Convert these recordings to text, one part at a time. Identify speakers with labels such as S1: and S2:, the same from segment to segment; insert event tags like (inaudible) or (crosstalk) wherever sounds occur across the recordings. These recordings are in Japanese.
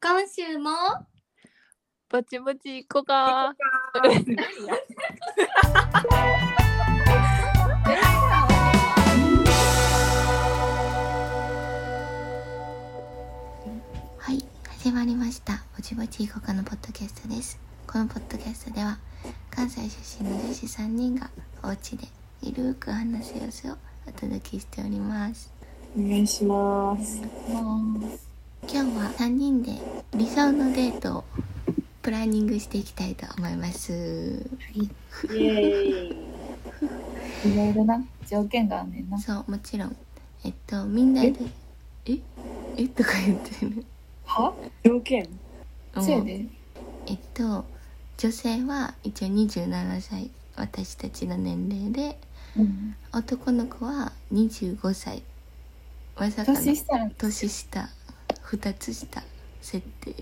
S1: 今週も
S2: ぼちぼち行こうか。
S1: はい始まりましたぼちぼちいこかのポッドキャストですこのポッドキャストでは関西出身の女子3人がお家でゆるーく話す様子をお届けしております
S3: お願いします。
S1: 今日は3人で理想のデートをプランニングしていきたいと思います
S3: イエーイ。
S4: いろいろな条件があんねんな。
S1: そうもちろんえっとみんなでええとか言ってる
S4: は
S3: 条件。
S4: そうやで。
S1: えっと女性は一応27歳私たちの年齢で
S4: うん。
S1: 男の子は25歳まさかの
S4: 年したら、
S1: 年下2つ下設定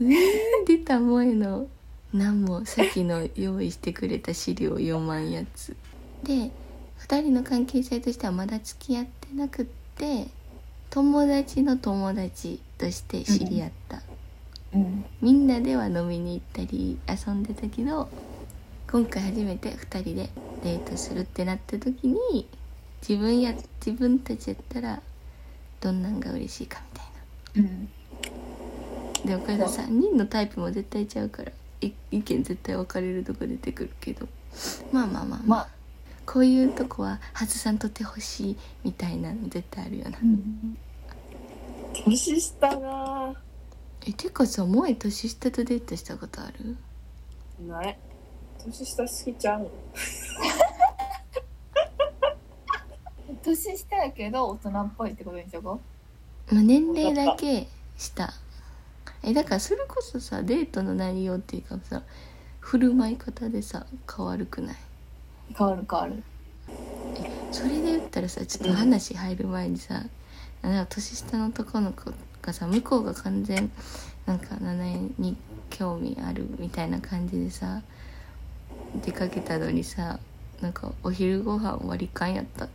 S1: (laughs) 出た萌えの何もさっきの用意してくれた資料4万やつで2人の関係性としてはまだ付き合ってなくって友達の友達として知り合った、
S4: うん。
S1: みんなでは飲みに行ったり遊んでたけど今回初めて2人でデートするってなった時に自分や自分たちやったらどんなんが嬉しいかみたい
S4: うん。
S1: なでもこれが3人のタイプも絶対ちゃうからい意見絶対分かれるとこ出てくるけどまあまあまあ、
S4: まあ、
S1: こういうとこは外さんとってほしいみたいなの絶対あるよな
S4: うん。
S3: 年下が。
S1: えてかさ萌え年下とデートしたことある
S3: ない。年下好きちゃうの。
S4: 年下やけど、大人っぽいってことにしとこ。
S1: まあ、年齢だけしたえだからそれこそさデートの内容っていうかさ振る舞い方でさ変わるくないう
S4: 変わる変わる。
S1: それで言ったらさちょっと話入る前にさ、なんか年下の男の子がさ向こうが完全なんか七重に興味あるみたいな感じでさ出かけたのにさなんかお昼ご飯割り勘やった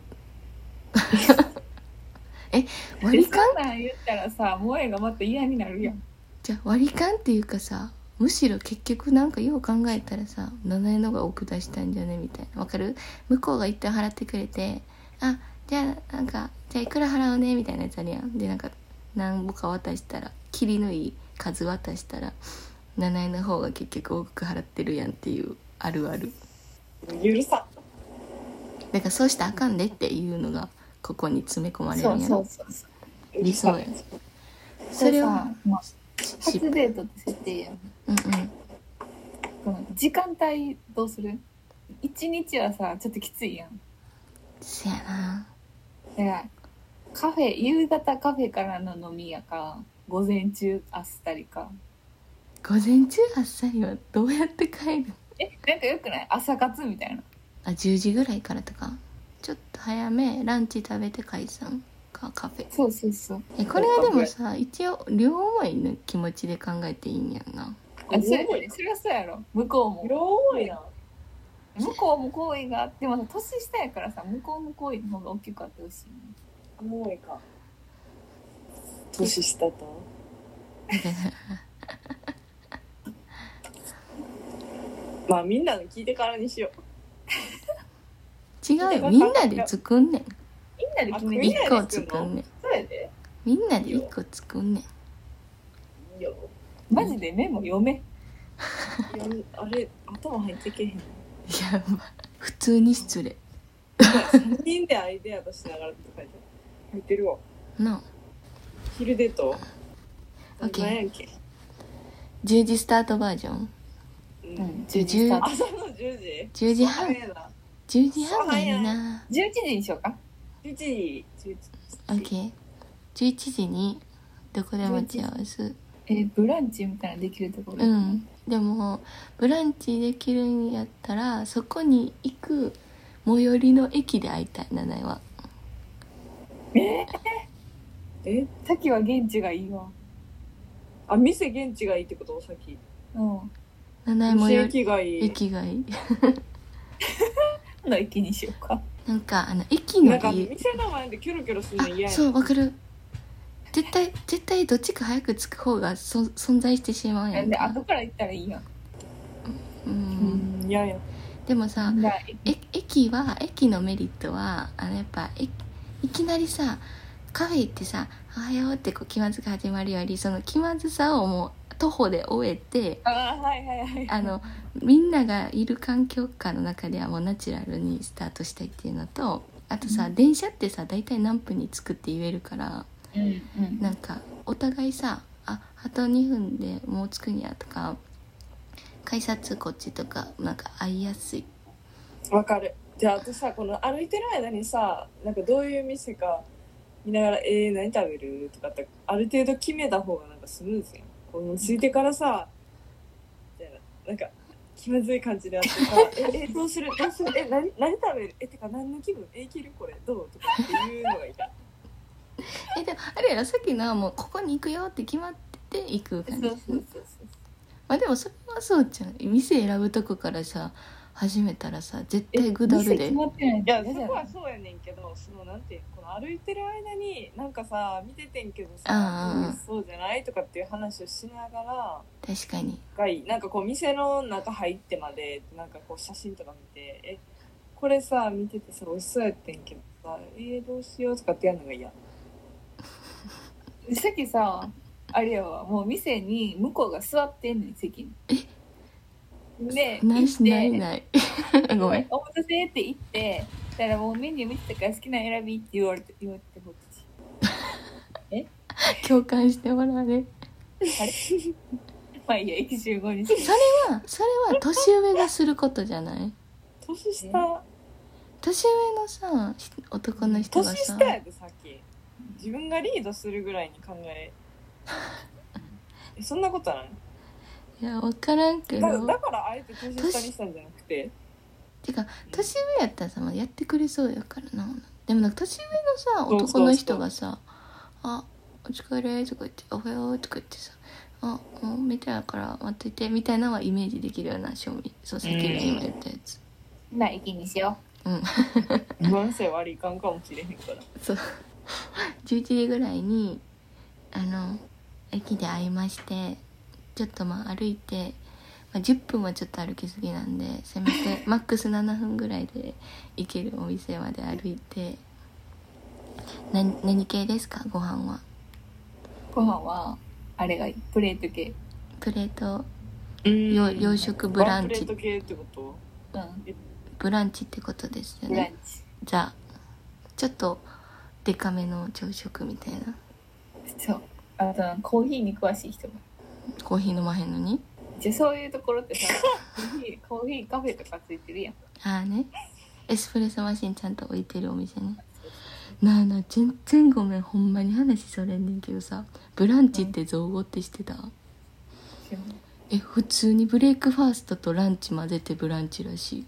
S1: え割り勘
S4: そんなん言ったらさ、萌えがまた嫌になるやん。
S1: じゃあ割り勘っていうかさむしろ結局なんかよう考えたらさ7円の方が奥出したんじゃねみたいなわかる向こうが一旦払ってくれてあじゃあなんかじゃあいくら払うねみたいなやつあるやんでなんか何ぼか渡したら切りのいい数渡したら7円の方が結局多く払ってるやんっていうあるある
S3: 許さ
S1: だからそうしたらあかんでっていうのがここに詰め込まれる
S4: そ
S1: ん
S4: う
S1: や
S4: そう
S1: ろ
S4: そうそう。
S3: ん。
S1: 理想や
S3: 許さ
S1: それ
S4: は
S1: は、
S4: まあ、
S1: し
S4: 初デートって設定やん。
S1: うんうん
S4: この時間帯どうする一日はさ、ちょっときついやん。
S1: せやな
S4: だから、カフェ、夕方カフェからの飲みやか、午前中あっさりか。
S1: 午前中あっさりはどうやって帰る
S4: え、なんかよくない朝活みたいな。
S1: あ10時ぐらいからとかちょっと早めランチ食べて解散かカフェ
S4: そうそうそう。
S1: えこれはでもさ一応両思いの気持ちで考えていいんやんな
S4: あ、そうや
S3: 両思い
S4: それはそうやろ。向こうも。
S3: 両思いな。
S4: 向こうも好意があって、でもさ、年下やからさ、向こうも好意の方が大きくあってほしいね。
S3: 思いか。年下と。 (laughs) まあみんなの聞いてからにしよう。
S1: 違うよみんなで作んねん
S4: みんなで決め
S3: みん
S4: る。
S3: なで
S1: 1
S3: 作んの
S1: 個作んねん
S4: そうやで。
S1: みんなで1個作んねん
S3: いいよ。
S4: マジでメモ読め。
S3: よんあれ頭入ってけへん。
S1: やば普通に失礼
S3: 3人でアイデア出しながらって書いてある。入ってるわ。
S1: な
S3: 昼デート。
S1: オッケー
S3: 何やんけ。
S1: 10時スタートバージョン
S3: うん。
S4: 10時スタート。
S3: 朝の10時。
S1: 10時半
S3: 早いな
S1: 10時半がいいな
S4: 11時にしようか。
S3: 11時。11
S1: OK11 時にどこで待ち合わせ
S4: えーブランチみたいなのできるところ。
S1: うん。でもブランチできるんやったらそこに行く最寄りの駅で会いたい七重は
S4: え
S3: え
S4: ー、さっきは現地がいいわ。
S3: あ、店現地がいいってことさっき。
S4: うん。
S1: 七重最
S3: 店
S1: 寄り
S3: 駅がいい。
S1: 駅がいい
S4: の駅にしようか。
S1: なんかあの駅
S3: な
S1: の
S3: んか
S1: 家
S3: 店の前でキョロキョロする
S1: あ
S3: の嫌や
S1: そうわかる絶対絶対どっちか早く着く方がそ存在してしまうや
S4: え
S1: ん
S4: で
S1: か
S4: 後から行ったらいいやん
S1: う
S3: うんん、いやいや。
S1: でもさ
S4: だ
S1: え駅は駅のメリットはあのやっぱえいきなりさカフェ行ってさ「おはよう」ってこう気まずく始まるよりその気まずさをもう徒歩で終えて
S4: あーはいはいはい
S1: あのみんながいる環境下の中ではもうナチュラルにスタートしたいっていうのとあとさ、電車ってさ大体何分に着くって言えるから
S4: うんうん
S1: なんかお互いさ「ああと2分でもう着くんや」とか「改札こっち」とかなんか会いやすい
S3: わかる。じゃあ、あとさ、この歩いてる間にさ、なんかどういう店か見ながら、えー、何食べるとかって、ある程度決めた方がなんかスムーズやん。このついてからさ、みたいな、なんか気まずい感じであってさ、え、え、どうするどうするえ、何、何食べるえ、てか何の気分え、いけるこれどうとかっていうのがいた。
S1: えでもあれやろさっきのはもうここに行くよって決まってて行く
S4: そう
S1: 感じ
S4: そうそうそう
S1: まあでもそれはそうじゃん店選ぶとこからさ始めたらさ絶対グダ
S4: 店
S1: ルで
S4: 決まってない
S3: いや、
S4: 嫌
S3: そ
S4: じゃ
S3: こ
S4: な
S3: はいそうやねんけど、そのなんていうのこの歩いてる間に、なんかさ、見ててんけど
S1: あー
S3: さ、そうじゃないとかっていう話をしながら、
S1: 確かに
S3: がいいなんかこう店の中入ってまでなんかこう写真とか見てえこれさ見ててさ美味しそうやってんけどさえー、どうしようとかってやるのが嫌
S4: さっきさあれやわもう店に向こうが座ってんねん席にで
S1: ない
S4: 行っ
S1: しない
S4: て
S1: ない (laughs) ごめん
S4: お待たせって言ってだからもうメニュー見てたから好きなの選びって言われて言われてほしい
S1: 共感してもらうね
S4: まあいいや駅集合に (laughs) して
S1: あそれは年上がすることじゃない
S3: 年下
S1: 年上のさひ男の人が
S3: 年
S1: さ
S3: 下やでさっき自分がリードするぐらいに考
S1: (laughs)
S3: ええそんなことない
S1: いや分からんけ
S3: だ
S1: ど
S3: だからあえて年下にしたんじゃなくて
S1: てか年上やったらさ、まあやってくれそうやからなでもなんか年上のさ
S3: そうそうそ
S1: 男
S3: う
S1: の人がさ「あお疲れ」とか言って「おはよう」とか言ってさ「あもう見たやから待ってて」みたいなのはイメージできるような賞味そうさっきの今言ったやつ、
S4: まあ駅に (laughs) しよ
S3: 不安性割りかんかもしれへんから
S1: そう11時ぐらいにあの駅で会いましてちょっとまあ歩いて、まあ、10分はちょっと歩きすぎなんでせめてマックス7分ぐらいで行けるお店まで歩いてな何系ですかご飯は
S4: うご飯はあれがいいプレート系
S1: プレート
S3: うん
S1: よ洋食ブラン
S3: ワンプレ
S1: チ
S3: ート系ってこと
S4: うん
S1: ブランチってことですよ
S4: ブラン
S1: ね
S4: チ
S1: じゃあちょっとデカめの朝食みたいな
S4: そうあとコーヒーに詳しい人が
S1: コーヒー飲まへんのに
S4: じゃあそういうところってさコーヒーコーヒーカフェとかついてるやん
S1: ああねエスプレッソマシンちゃんと置いてるお店ねなあなあ全然ごめんほんまに話それんねんけどさブランチって造語ってしてたえ普通にブレイクファーストとランチ混ぜてブランチらしい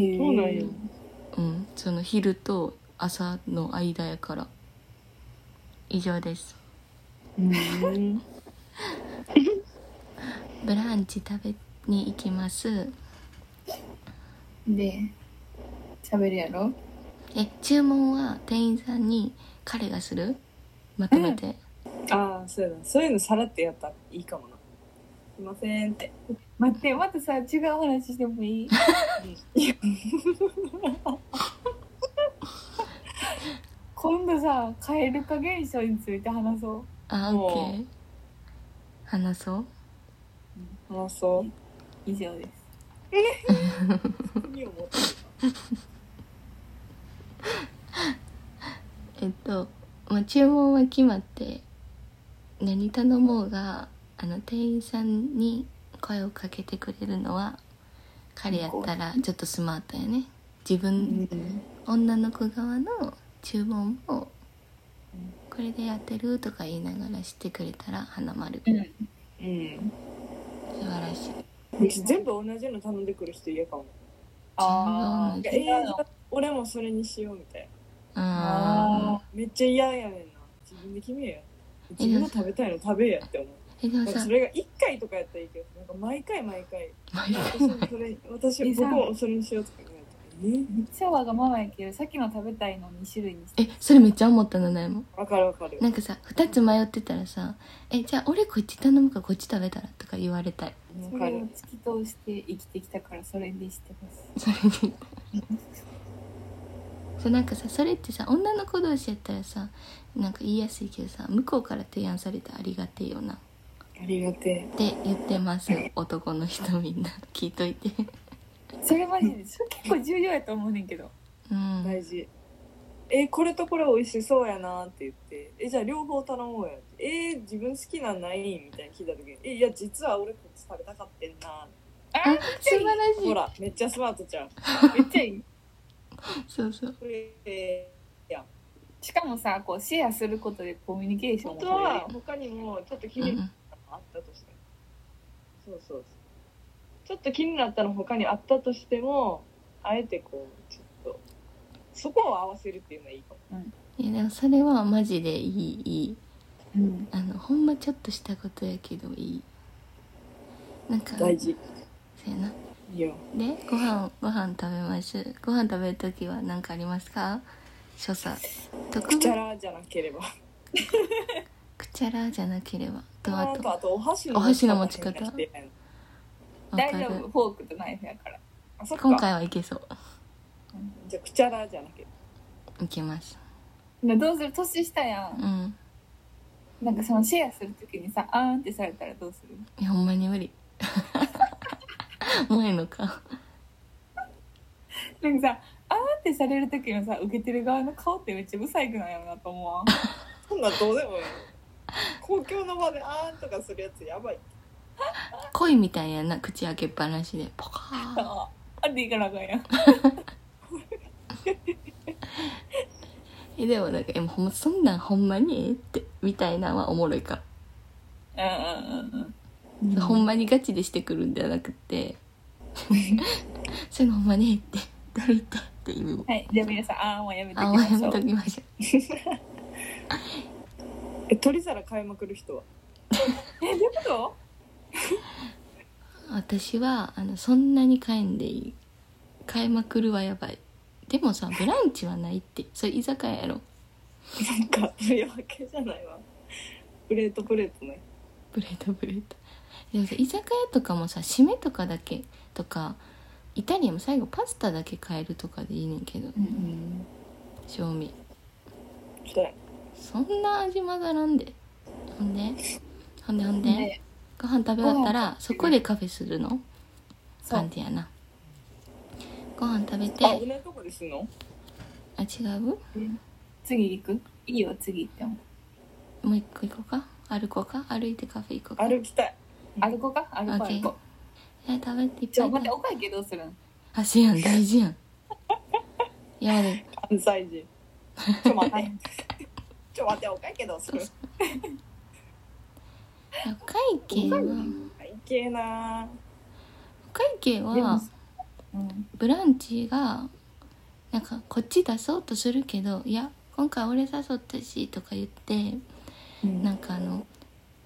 S4: へえ
S3: そうなんや
S1: うんその昼と朝の間やから以上です
S3: うん
S1: (laughs) ブランチ食べに行きます
S4: で喋るやろ
S1: え注文は店員さんに彼がするまとめて、
S3: ああそうやなそういうのさらってやったらいいかもなすいませんって
S4: 待ってまたさ違う話しても (laughs) いい (laughs) 今度さ蛙化現象について話そう
S1: あオッケー話そう
S3: 話そう
S4: 以上です
S3: 何を持って
S1: えっと、まあ、注文は決まって何頼もうがあの店員さんに声をかけてくれるのは彼やったらちょっとスマートやね自分、女の子側の注文もこれでやってるとか言いながらしてくれたら花丸素
S3: うん
S1: 晴らしい
S3: 全部同じの頼んでくる人嫌かも
S1: あー
S3: なんか
S4: 違
S3: え
S4: うの
S3: ー、俺もそれにしようみたい
S1: あ
S4: あ
S1: あ
S3: なめっちゃ嫌やねんな自分で決めや自分の食べたいの食べやって思う
S1: えでも
S3: なんか
S1: さ (laughs)
S3: それが1回とかやったらいいけどなんか毎回毎回
S1: 毎
S3: 私もそれ私 (laughs)
S4: えさ
S3: 僕もそれにしようとか言われたらね
S4: めっちゃわがままやけどさっきの食べたいの2種類にして
S1: えそれめっちゃ思ったのないもん
S3: わかるわかる
S1: なんかさ2つ迷ってたらさ「えじゃあ俺こっち頼むからこっち食べたら」とか言われたい (laughs)
S4: そ
S3: わか
S4: れを
S3: る
S4: 突き通して生きてきたからそれでしてほしい
S1: それにそうなんかさそれってさ女の子同士やったらさなんか言いやすいけどさ向こうから提案されたらありがてえよなっ
S3: ありがて
S1: て言ってます男の人みんな (laughs) 聞いといて
S4: それマジでそれ結構重要やと思うねんけど
S1: う
S3: え
S1: ん
S3: 大事えこれとこれ美味しそうやなって言ってえじゃあ両方頼もうやってえ自分好きなんないみたいに聞いた時にえいや実は俺こっち食べたかってん
S4: (laughs)
S3: な
S4: あ
S1: あ素晴
S3: ほ
S1: らし
S3: らめっちゃスマートじゃん
S4: めっちゃいい
S1: いそうそう
S3: これえ
S4: しかもさこうシェアすることでコミュニケーションも
S3: 本当
S4: 取れる
S3: は
S4: よ
S3: 他にもちょっと気
S1: う
S3: に
S1: んう
S3: なんったのあったとしても、そうそうそうちょっと気になったの他にあったとしてもあえてこうちょっとそこを合わせるっていうのはいいかも
S1: いやでもそれはマジでいいいい
S4: うん
S1: あのほんまちょっとしたことやけどいいなんかそう
S3: 事
S1: やない
S3: いよ
S1: でご飯ご飯食べますご飯食べる時は何かありますか所作特
S3: く
S1: 別
S3: ちゃらじゃなければ
S1: くちゃらじゃなければとあ
S3: あ
S1: と
S3: とあとお箸
S1: お箸の持ち方
S3: 変な人やな
S1: わ
S4: 大
S1: か
S4: 丈
S1: る
S4: 夫フォークとナイフやから
S3: あそっ
S1: 今
S3: か
S1: 回はいけそ
S3: じゃあくちゃらじゃなければ
S1: ういけます
S4: などうする年下や
S1: うんん
S4: なんかそのシェアするときにさあーんってされたらどうする
S1: いやほんまに無理萌えの顔
S4: なんかさあーんってされるときのさ受けてる側の顔ってめっちゃブサイクなんやろなと思わん
S3: そんなんどうでもいい公共の場であーんとかするやつやばい
S1: 恋みたいやな口開けっぱなしでポカーン
S4: あーんでいかなあかんやん
S1: えでもなんかえもうほんまそんなんほんまにええってみたいなんはおもろいから
S4: うんうんうんうん
S1: ほんまにガチでしてくるんではなく
S4: (laughs)
S1: て (laughs) そういうのほんまねって誰言ってって意味も
S4: はいじゃあ皆さんあーんはやめとき
S1: あ
S4: ま
S1: (laughs) んまや
S4: しょ
S1: めと
S4: う
S1: きましょ
S3: え取り皿買いまくる人は
S1: (laughs)
S4: えどういうこと
S1: う私はあのそんなに買えんでいい買いまくるはやばいでも (laughs) さブランチはないってそれ居酒屋やろ
S3: なんか取り分けじゃないわプレートプレートね
S1: ブレードブレードでもさ居酒屋とかもさ締めとかだけとかイタリアも最後パスタだけ買えるとかでいいねんけど
S4: うん
S1: 賞味
S3: そうや
S1: そんな味混ざらんでほんでほんでほんで
S4: で
S1: ご飯食べ終わったらそこでカフェするの
S4: そう
S1: 感じやなご飯食べて
S3: あ、同じとこですんの
S1: あ違うも
S4: 次行くいいよ次行っても
S1: う一個行こうか歩こうか歩いてカフェ行こうか
S3: 歩きたい。
S4: 歩こうか歩こう歩こう
S1: え食べていっ
S4: ち
S1: ぱ
S4: ょ
S1: い
S4: 待って
S1: 食
S4: お会計どうするん
S1: べあせやん大事やんいやで
S3: 関西人。ちょ待って。 (laughs) ちょ待って、お会計どうする
S1: お会計は
S3: 会計な
S1: お会計
S4: でも
S1: は
S4: うん
S1: ブランチがなんかこっち出そうとするけどいや今回俺誘ったしとか言って
S4: うん
S1: なんかあの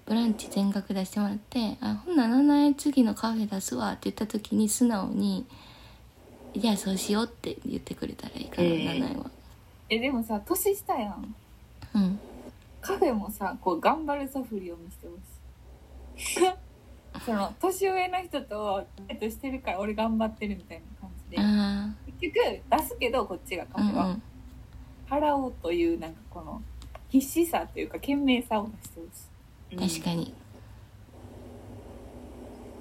S1: ブランチ全額出してもらって「あほんなら7円次のカフェ出すわ」って言った時に素直に「じゃあそうしよう」って言ってくれたらいいかな、
S3: ええ
S1: 7円は
S4: えでもさ年下やん
S1: うん
S4: カフェもさこう頑張るそふりを見せてほしい (laughs) その年上の人とデートしてるから俺頑張ってるみたいな感じで
S1: あ
S4: 結局出すけどこっちが
S1: あう
S4: カフ
S1: ん
S4: ェ
S1: う
S4: は、
S1: ん
S4: 払おうというなんかこの必死さというか懸命さを出してほしい
S1: 確かに、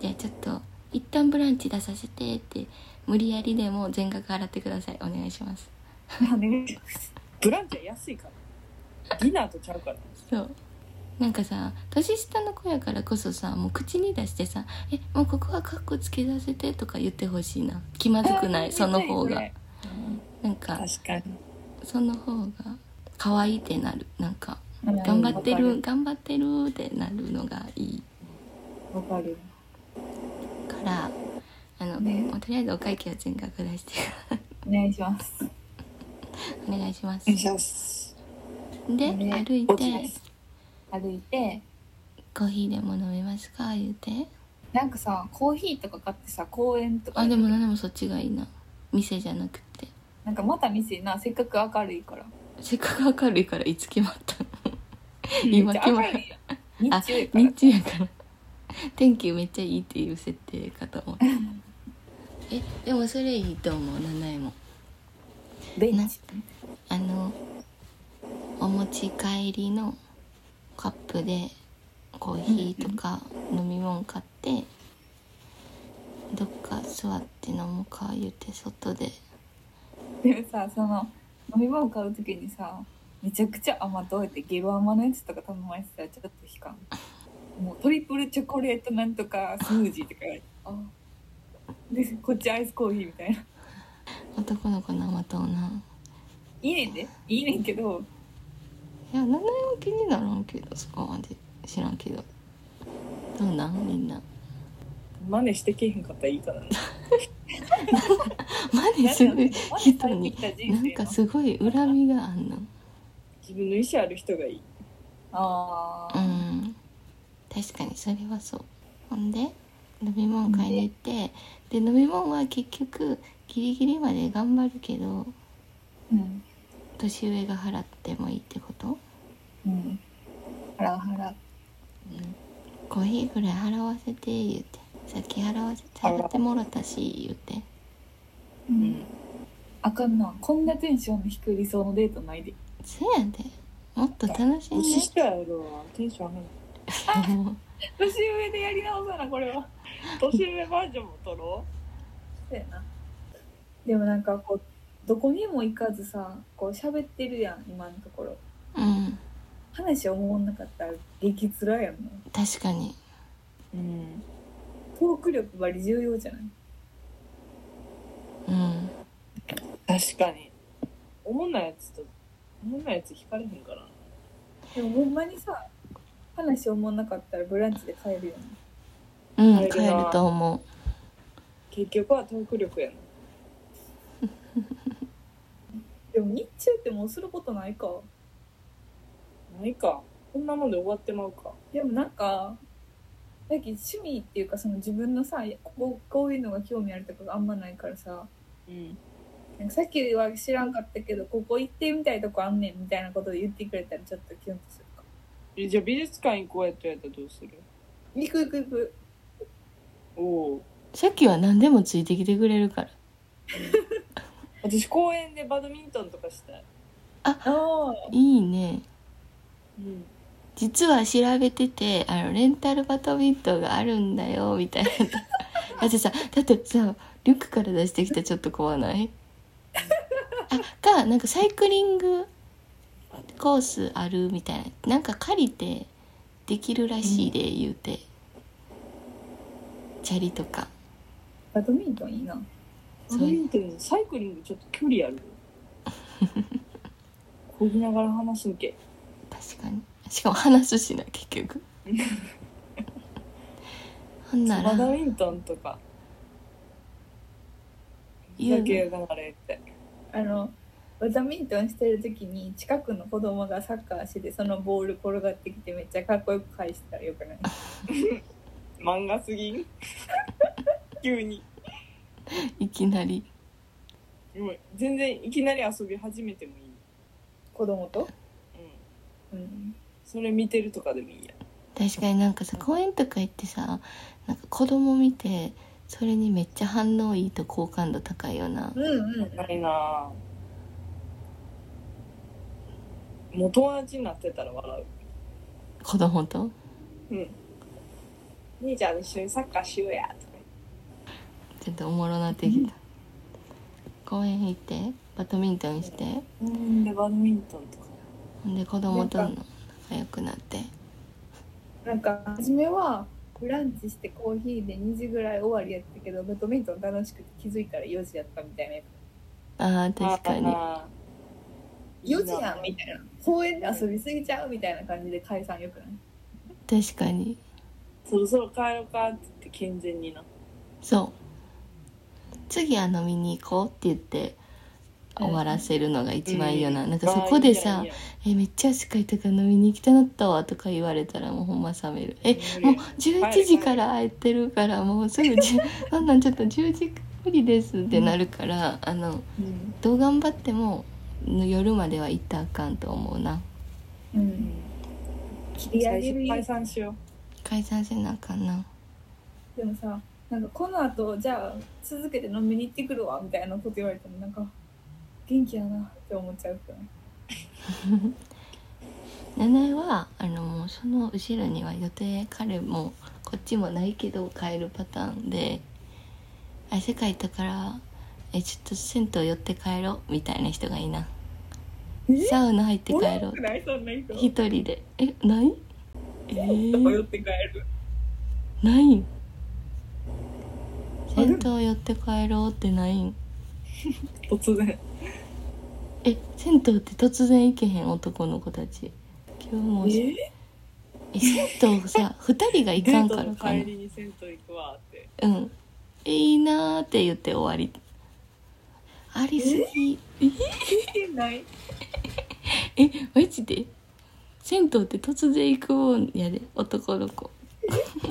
S1: じゃあちょっと一旦ブランチ出させてって無理やりでも全額払ってくださいお願いします
S4: お願いします
S3: ブランチは安いから。ディナーとちゃうから。
S1: そうなんかさ年下の子やからこそさもう口に出してさ「えもうここはカッコつけさせて」とか言ってほしいな気まずくないその方がなんか
S3: かに。
S1: その方が可愛いってなるなんか
S4: うん
S1: (laughs) 頑張って
S3: わか
S1: る頑張ってるってなるのがいい
S3: わかる。
S1: からあの、
S4: ね
S1: もうとりあえずお会計は全額出して
S4: お願いします
S1: お願いします
S3: よし。
S1: で
S4: ね
S1: 歩い
S3: ぼちぼ
S1: て
S3: ち
S4: 歩いて
S1: コーヒーでも飲めますか言うて
S4: なんかさコーヒーとか買ってさ公園とか
S1: あでも何でもそっちがいいな店じゃなくて
S4: なんかまた店なせっかく明るいから
S1: せっかく明るいからいつ決まったの今決ま
S4: めっちゃ明るいやん日中やから
S1: 日中やから天気めっちゃいいっていう設定かと思ったえでもそれいいと思う七重も
S4: ベンチ
S1: あのお持ち帰りのカップでコーヒーとか飲み物買ってどっか座って飲むか言って外で
S4: でもさその飲み物買う時にさめちゃくちゃ甘党やってゲロ甘のやつとか頼まれてたらちょっと悲観もうトリプルチョコレートなんとかスムージーとか言われてあでこっちアイスコーヒーみたいな
S1: 男の子生とない
S4: いねんでいいねんけど
S1: いや名前は気にならんけどそこまで知らんけどどうなんみんな
S3: 真似してけへんかったらいいかな。
S1: 真似する人になんかすごい恨みがあんの
S3: 自分の意思ある人がいい。
S4: あ
S1: う
S4: あ、
S1: ん確かにそれはそうほんで飲み物買いに行ってで飲み物は結局ギリギリまで頑張るけど
S4: うん
S1: 年上が払ってもいいってこと、
S4: うん、ハラハラ
S1: コーヒーぐらい払わせて言うてさっき払わせて払ってもろたし言うて
S4: う、。
S3: うん
S4: あかんなこんなテンションの低い理想のデートないで
S1: せやでもっと楽しん
S3: 年
S1: で
S3: 下やろうな。テンション上がる。
S1: もう
S4: 年上でやり直さなこれは
S3: 年上バージョンも撮ろ
S4: そうやなでもなんかこうどこにも行かずさこう喋ってるやん今のところ
S1: うん
S4: 話思わなかったら激辛やんな
S1: 確かに
S3: う。うん。
S4: トーク力割り重要じゃない
S1: うん
S3: 確かに。おもんないやつと、おもんないやつ惹かれへんから。
S4: でもほんまにさ話思わなかったらブランチで帰るよね
S1: うん帰ると思う
S3: 結局はトーク力やな。
S4: でも日中ってもうすることないか
S3: ないか。こんなもんで終わってまうか。
S4: でもなんかだけど趣味っていうかその自分のさこうこういうのが興味あるとかがあんまないからさ
S3: うん。
S4: なんかさっきは知らんかったけどここ行ってみたいとこあんねんみたいなことで言ってくれたらちょっとキュンとするか
S3: えじゃあ美術館行こうやったらどうする
S4: 行く行く行く
S3: おお。
S1: さっきは何でもついてきてくれるから
S3: (laughs) 私公園でバドミントンとかしたい。
S4: あ
S1: いいね
S3: うん。
S1: 実は調べててあのレンタルバドミントンがあるんだよみたいなだってさだってさリュックから出してきたらちょっと怖ないあかなんかサイクリングコースあるみたいななんか借りてできるらしいで言うて、チャリとか
S4: バドミントンいいな
S3: バドミントン、サイクリングちょっと距離ある。 (laughs) こぎながら話すんけ。
S1: 確かにしかも話すしな結局ほんなら
S3: バドミントンとか。
S1: 言う
S3: だ
S1: の
S3: け流れって。
S4: あのバドミントンしてる時に近くの子供がサッカーしててそのボール転がってきてめっちゃかっこよく返したらよくない
S3: 漫画す (laughs) ぎん急に。
S1: いきなり
S3: もう全然いきなり遊び始めてもいい。
S4: 子供と
S3: うん。
S4: うん
S3: それ見てるとかでもいいや。
S1: 確かになんかさ公園とか行ってさなんか子供見てそれにめっちゃ反応いいと好感度高いよな
S4: うんうん
S3: ないなぁ。もう友達になってたら笑
S1: 子供と
S3: う。うん。兄ちゃん一緒にサッカーしようや。とか
S1: ちょっとおもろなってきた公園行ってバドミントンして
S3: 言って。うん、で、バドミントンとか。
S1: ほんで子供との仲良くなって
S4: なんか初めはブランチしてコーヒーで2時ぐらい終わりやったけどバドミントン楽しくて気づいたら4時やったみたいな
S1: あー確かに
S3: あー
S4: 4時やんみたいな公園で遊びすぎちゃうみたいな感じで解散よくない
S1: 確かに
S3: そろそろ帰ろうかって言って健全にな
S1: そう次は飲みに行こうって言って終わらせるのが一番いいよな、
S3: う
S1: なんかそこで
S3: あー
S1: さ
S3: いいや
S1: 「えめっちゃ足かいたから飲みに行きたなったわ」とか言われたらもうほんま冷める「え
S3: いいや
S1: もう11時から空いてるからもうすぐ10そんなんちょっと10時無理ですってなるからあの
S4: うん
S1: どう頑張ってもの夜までは行ったらあかんと思うな
S4: うん切り上
S3: 最
S4: げる
S3: 初解散しよ
S1: 解散せなあかんな
S4: でもさなんかこの後じゃあ続けて飲みに行ってくるわみたいなこと言われてもなんか元気やなって思っちゃうから
S1: ナナエはあのもうその後ろには予定彼もこっちもないけど帰るパターンで「あ世界行ったからえちょっと銭湯寄って帰ろう」みたいな人がいいな
S4: え
S1: サウナ入って
S4: おら
S1: 帰
S4: ん
S1: ろう
S4: くないそんな人
S1: 一人でえないえ
S4: と寄
S1: ー、
S4: って帰る
S1: ないん銭湯寄って帰ろうってないん
S3: う突然
S1: え銭湯って突然行けへん男の子たち今日もえ銭湯
S3: (laughs)
S1: さ二人が行
S3: デ
S1: かん
S3: ー
S1: か
S3: ト
S1: ら
S3: の
S1: か
S3: 帰
S1: な
S3: りに銭湯行くわって
S1: うんえいいなーって言って終わりありすぎ
S4: 聞いてない
S1: (laughs) えマジで銭湯って突然行くもんやで男の子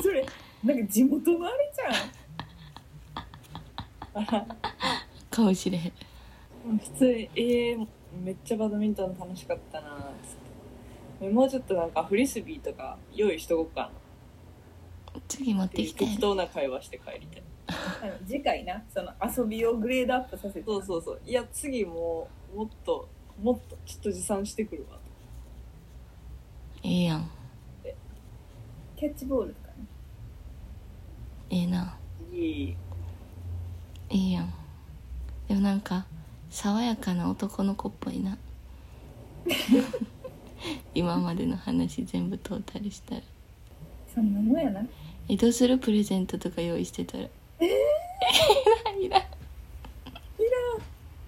S4: それなんか地元のあれじゃん
S1: かもしれへん
S3: 普通にえー、めっちゃバドミントン楽しかったなーっつってもうちょっとなんかフリスビーとか用意しとこうかなっ
S1: 次持ってて
S3: い
S1: き
S3: う
S1: て
S3: 適当な会話して帰りたい
S4: あの次回なその遊びをグレードアップさせて
S3: そうそうそういや次もうもっともっとちょっと持参してくるわ
S1: ええやん
S4: キャッチボールとかね
S1: ええない
S3: い
S1: ええやんでもなんか爽やかな男の子っぽい (laughs) な今までの話全部トータルしたら
S4: そんなもんやな
S1: えどうするプレゼントとか用意してたらええいらん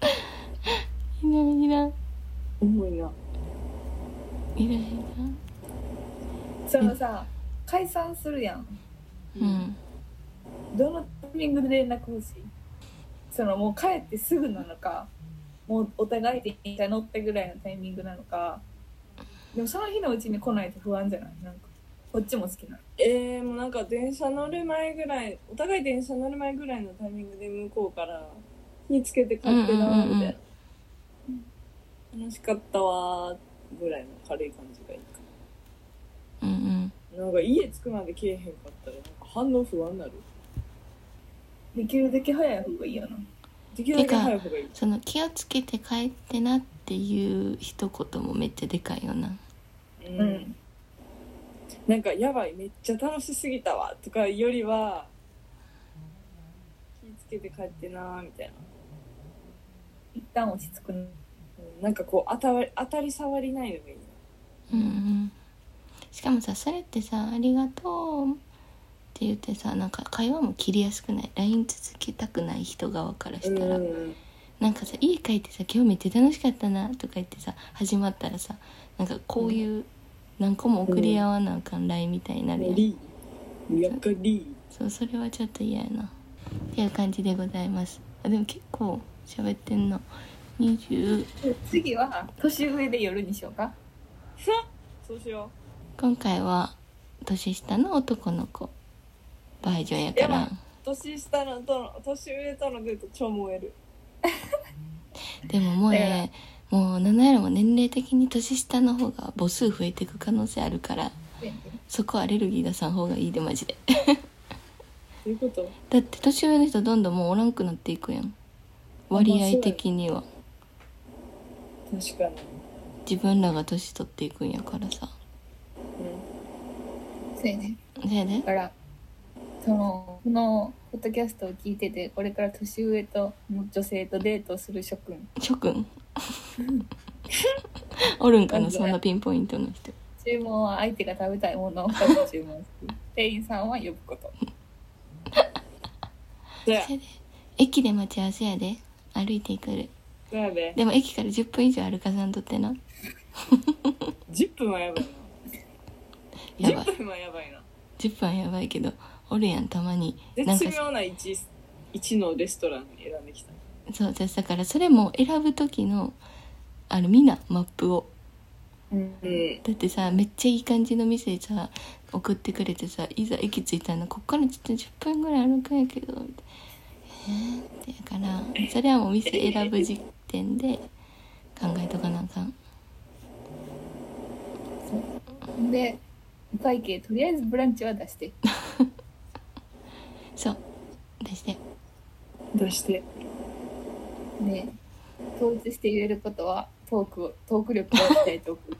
S1: いらんいらん
S3: 重いない
S1: らんいらんいらん
S4: そのさ解散するやん
S1: うん
S4: どのタイミングで連絡欲しいそのもう帰ってすぐなのかもうお互いで電車乗ったぐらいのタイミングなのかでもその日のうちに来ないと不安じゃないなんかこっちも好きなの
S3: えー、もうなんか電車乗る前ぐらいお互い電車乗る前ぐらいのタイミングで向こうから火つけて帰って
S1: う
S3: な
S1: んうんうんうん
S3: みたいな楽しかったわーぐらいの軽い感じがいいか
S1: うんうん
S3: ななんか家着くまで来えへんかったらなんか反応不安になる
S4: できるだけ早い方がいいよな
S3: できるだけ早い方がいい
S1: その気をつけて帰ってなっていう一言もめっちゃでかいよな
S3: うん、なんかやばいめっちゃ楽しすぎたわとかよりは気ぃつけて帰ってなーみたいな
S4: 一旦落ち着くの
S3: うんなんかこう当たり当たり障りないのがいいな
S1: うんうんしかもさそれってさ「ありがとう」って言ってさなんか会話も切りやすくない LINE 続けたくない人側からしたら、
S3: うん
S1: なんかさ家帰ってさ「今日めっちゃ楽しかったな」とか言ってさ始まったらさなんかこういう何個も送り合わなあかん LINE みたいになるやん、
S3: リーやっぱリ
S1: そうそれはちょっと嫌やなっていう感じでございますあでも結構喋ってんの20
S4: (laughs) 次は年上で夜にしようか
S3: ーそうしよ
S1: 今回は年下の男の子バージョンやか
S3: やば
S1: ら
S3: い年下のとの年上とのデート超燃える
S1: でももうねもう7よりも年齢的に年下の方が母数増えていく可能性あるからそこアレルギー出さん方がいいでマジで
S3: どういうこと
S1: だって年上の人どんどんもうおらんくなっていくやん割合的には
S3: 確かに
S1: 自分らが年取っていくんやからさ
S4: そうやね
S1: そやで
S4: だからそのこのポッドキャストを聞いててこれから年上と女性とデートをする諸君
S1: 諸君おるんかなそんなピンポイントの人
S4: 注文は相手が食べたいものを2つ注 (laughs) 文する店員さんは呼ぶこと
S3: そや
S1: そやで駅で待ち合わせやで歩いてくる
S3: そやで
S1: でも駅から10分以上歩かさんとってな
S3: 10分はやばいな
S1: やばい
S3: 10分はやばいな
S1: 10分はやばいけどおるやんたまになん
S3: 絶
S1: か
S3: 妙な位置位置のレストラン選んできた
S1: そうですだからそれも選ぶ時のあの見なマップを
S4: うん
S3: うん
S1: だってさめっちゃいい感じの店さ送ってくれてさいざ駅着いたらこっからちょっと10分ぐらい歩くんやけどみたいなねだからそれはもう店選ぶ時点で考えとかなあかん
S4: でお会計とりあえずブランチは出して
S1: そう出して
S3: 出して
S4: で統一して言えることはトークをトーク力を鍛えてお (laughs) く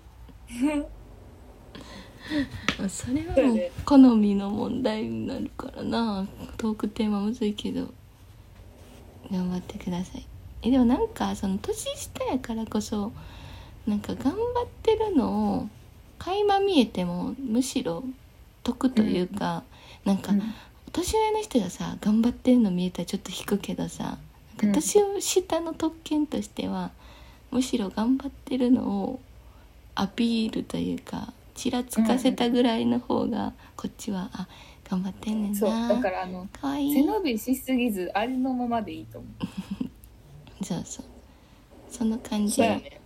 S1: まあそれは
S3: そうや
S1: もう
S3: ね
S1: 好みの問題になるからなトークテーマむずいけど頑張ってくださいえでもなんかその年下やからこそなんか頑張ってるのを垣間見えてもむしろ得というか、なんか
S4: うん
S1: 年上の人がさ頑張ってるの見えたらちょっと引くけどさな
S4: うんん
S1: か年下の特権としては、むしろ頑張ってるのをアピールというかちらつかせたぐらいの方がこっちは、あ頑張ってんねん
S4: そうだ
S1: な
S4: からあの
S1: かわい
S4: 背
S1: い
S4: 伸びしすぎずありのままでいいと思う
S1: そうそうその感じ
S3: そうや
S1: よ
S3: ね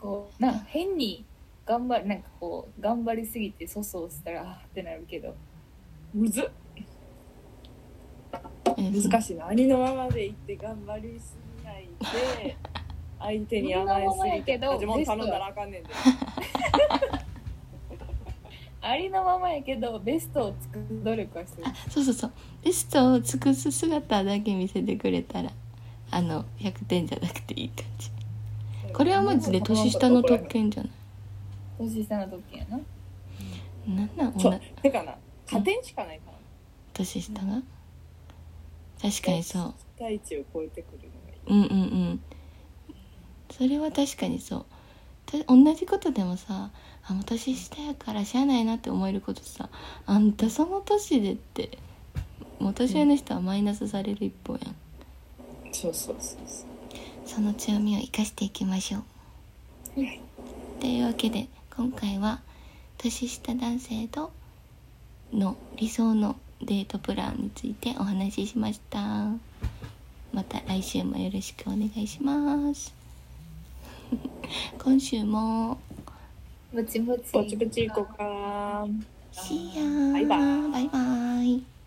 S4: こうなんか変に頑張りなんかこう頑張りすぎて粗相したらあーってなるけど
S3: むずっ難しいなありのままでいって頑張りすぎない (laughs) で相手に甘え
S4: ありのままや
S3: すぎ
S4: け
S3: て
S4: ど
S3: 味も頼んだらあかんねんで
S4: ありのままやけどベストを尽く努力はしてる
S1: あそうそうそうベストを尽くす姿だけ見せてくれたらあの100点じゃなくていい感じこれはマジで年下の特権じゃない
S4: 年下の特権やな
S1: なんなん
S3: そ
S1: 女
S3: うてかな加点しかないから
S1: 年下が確かにそう
S3: 期待値を超えてくるのがいい
S1: うんうんうんそれは確かにそうた同じことでもさあもう年下やからしゃあないなって思えることさあんたその年でってもう年上の人はマイナスされる一方やん
S3: そうそうそうそう
S1: その強みを生かしていきましょうというわけで今回は年下男性との理想のデートプランについてお話ししましたまた来週もよろしくお願いします (laughs) 今週も
S4: ぼちぼち
S3: ぼちぼち行こうかな
S1: See ya
S3: バイバイ
S1: バイバイ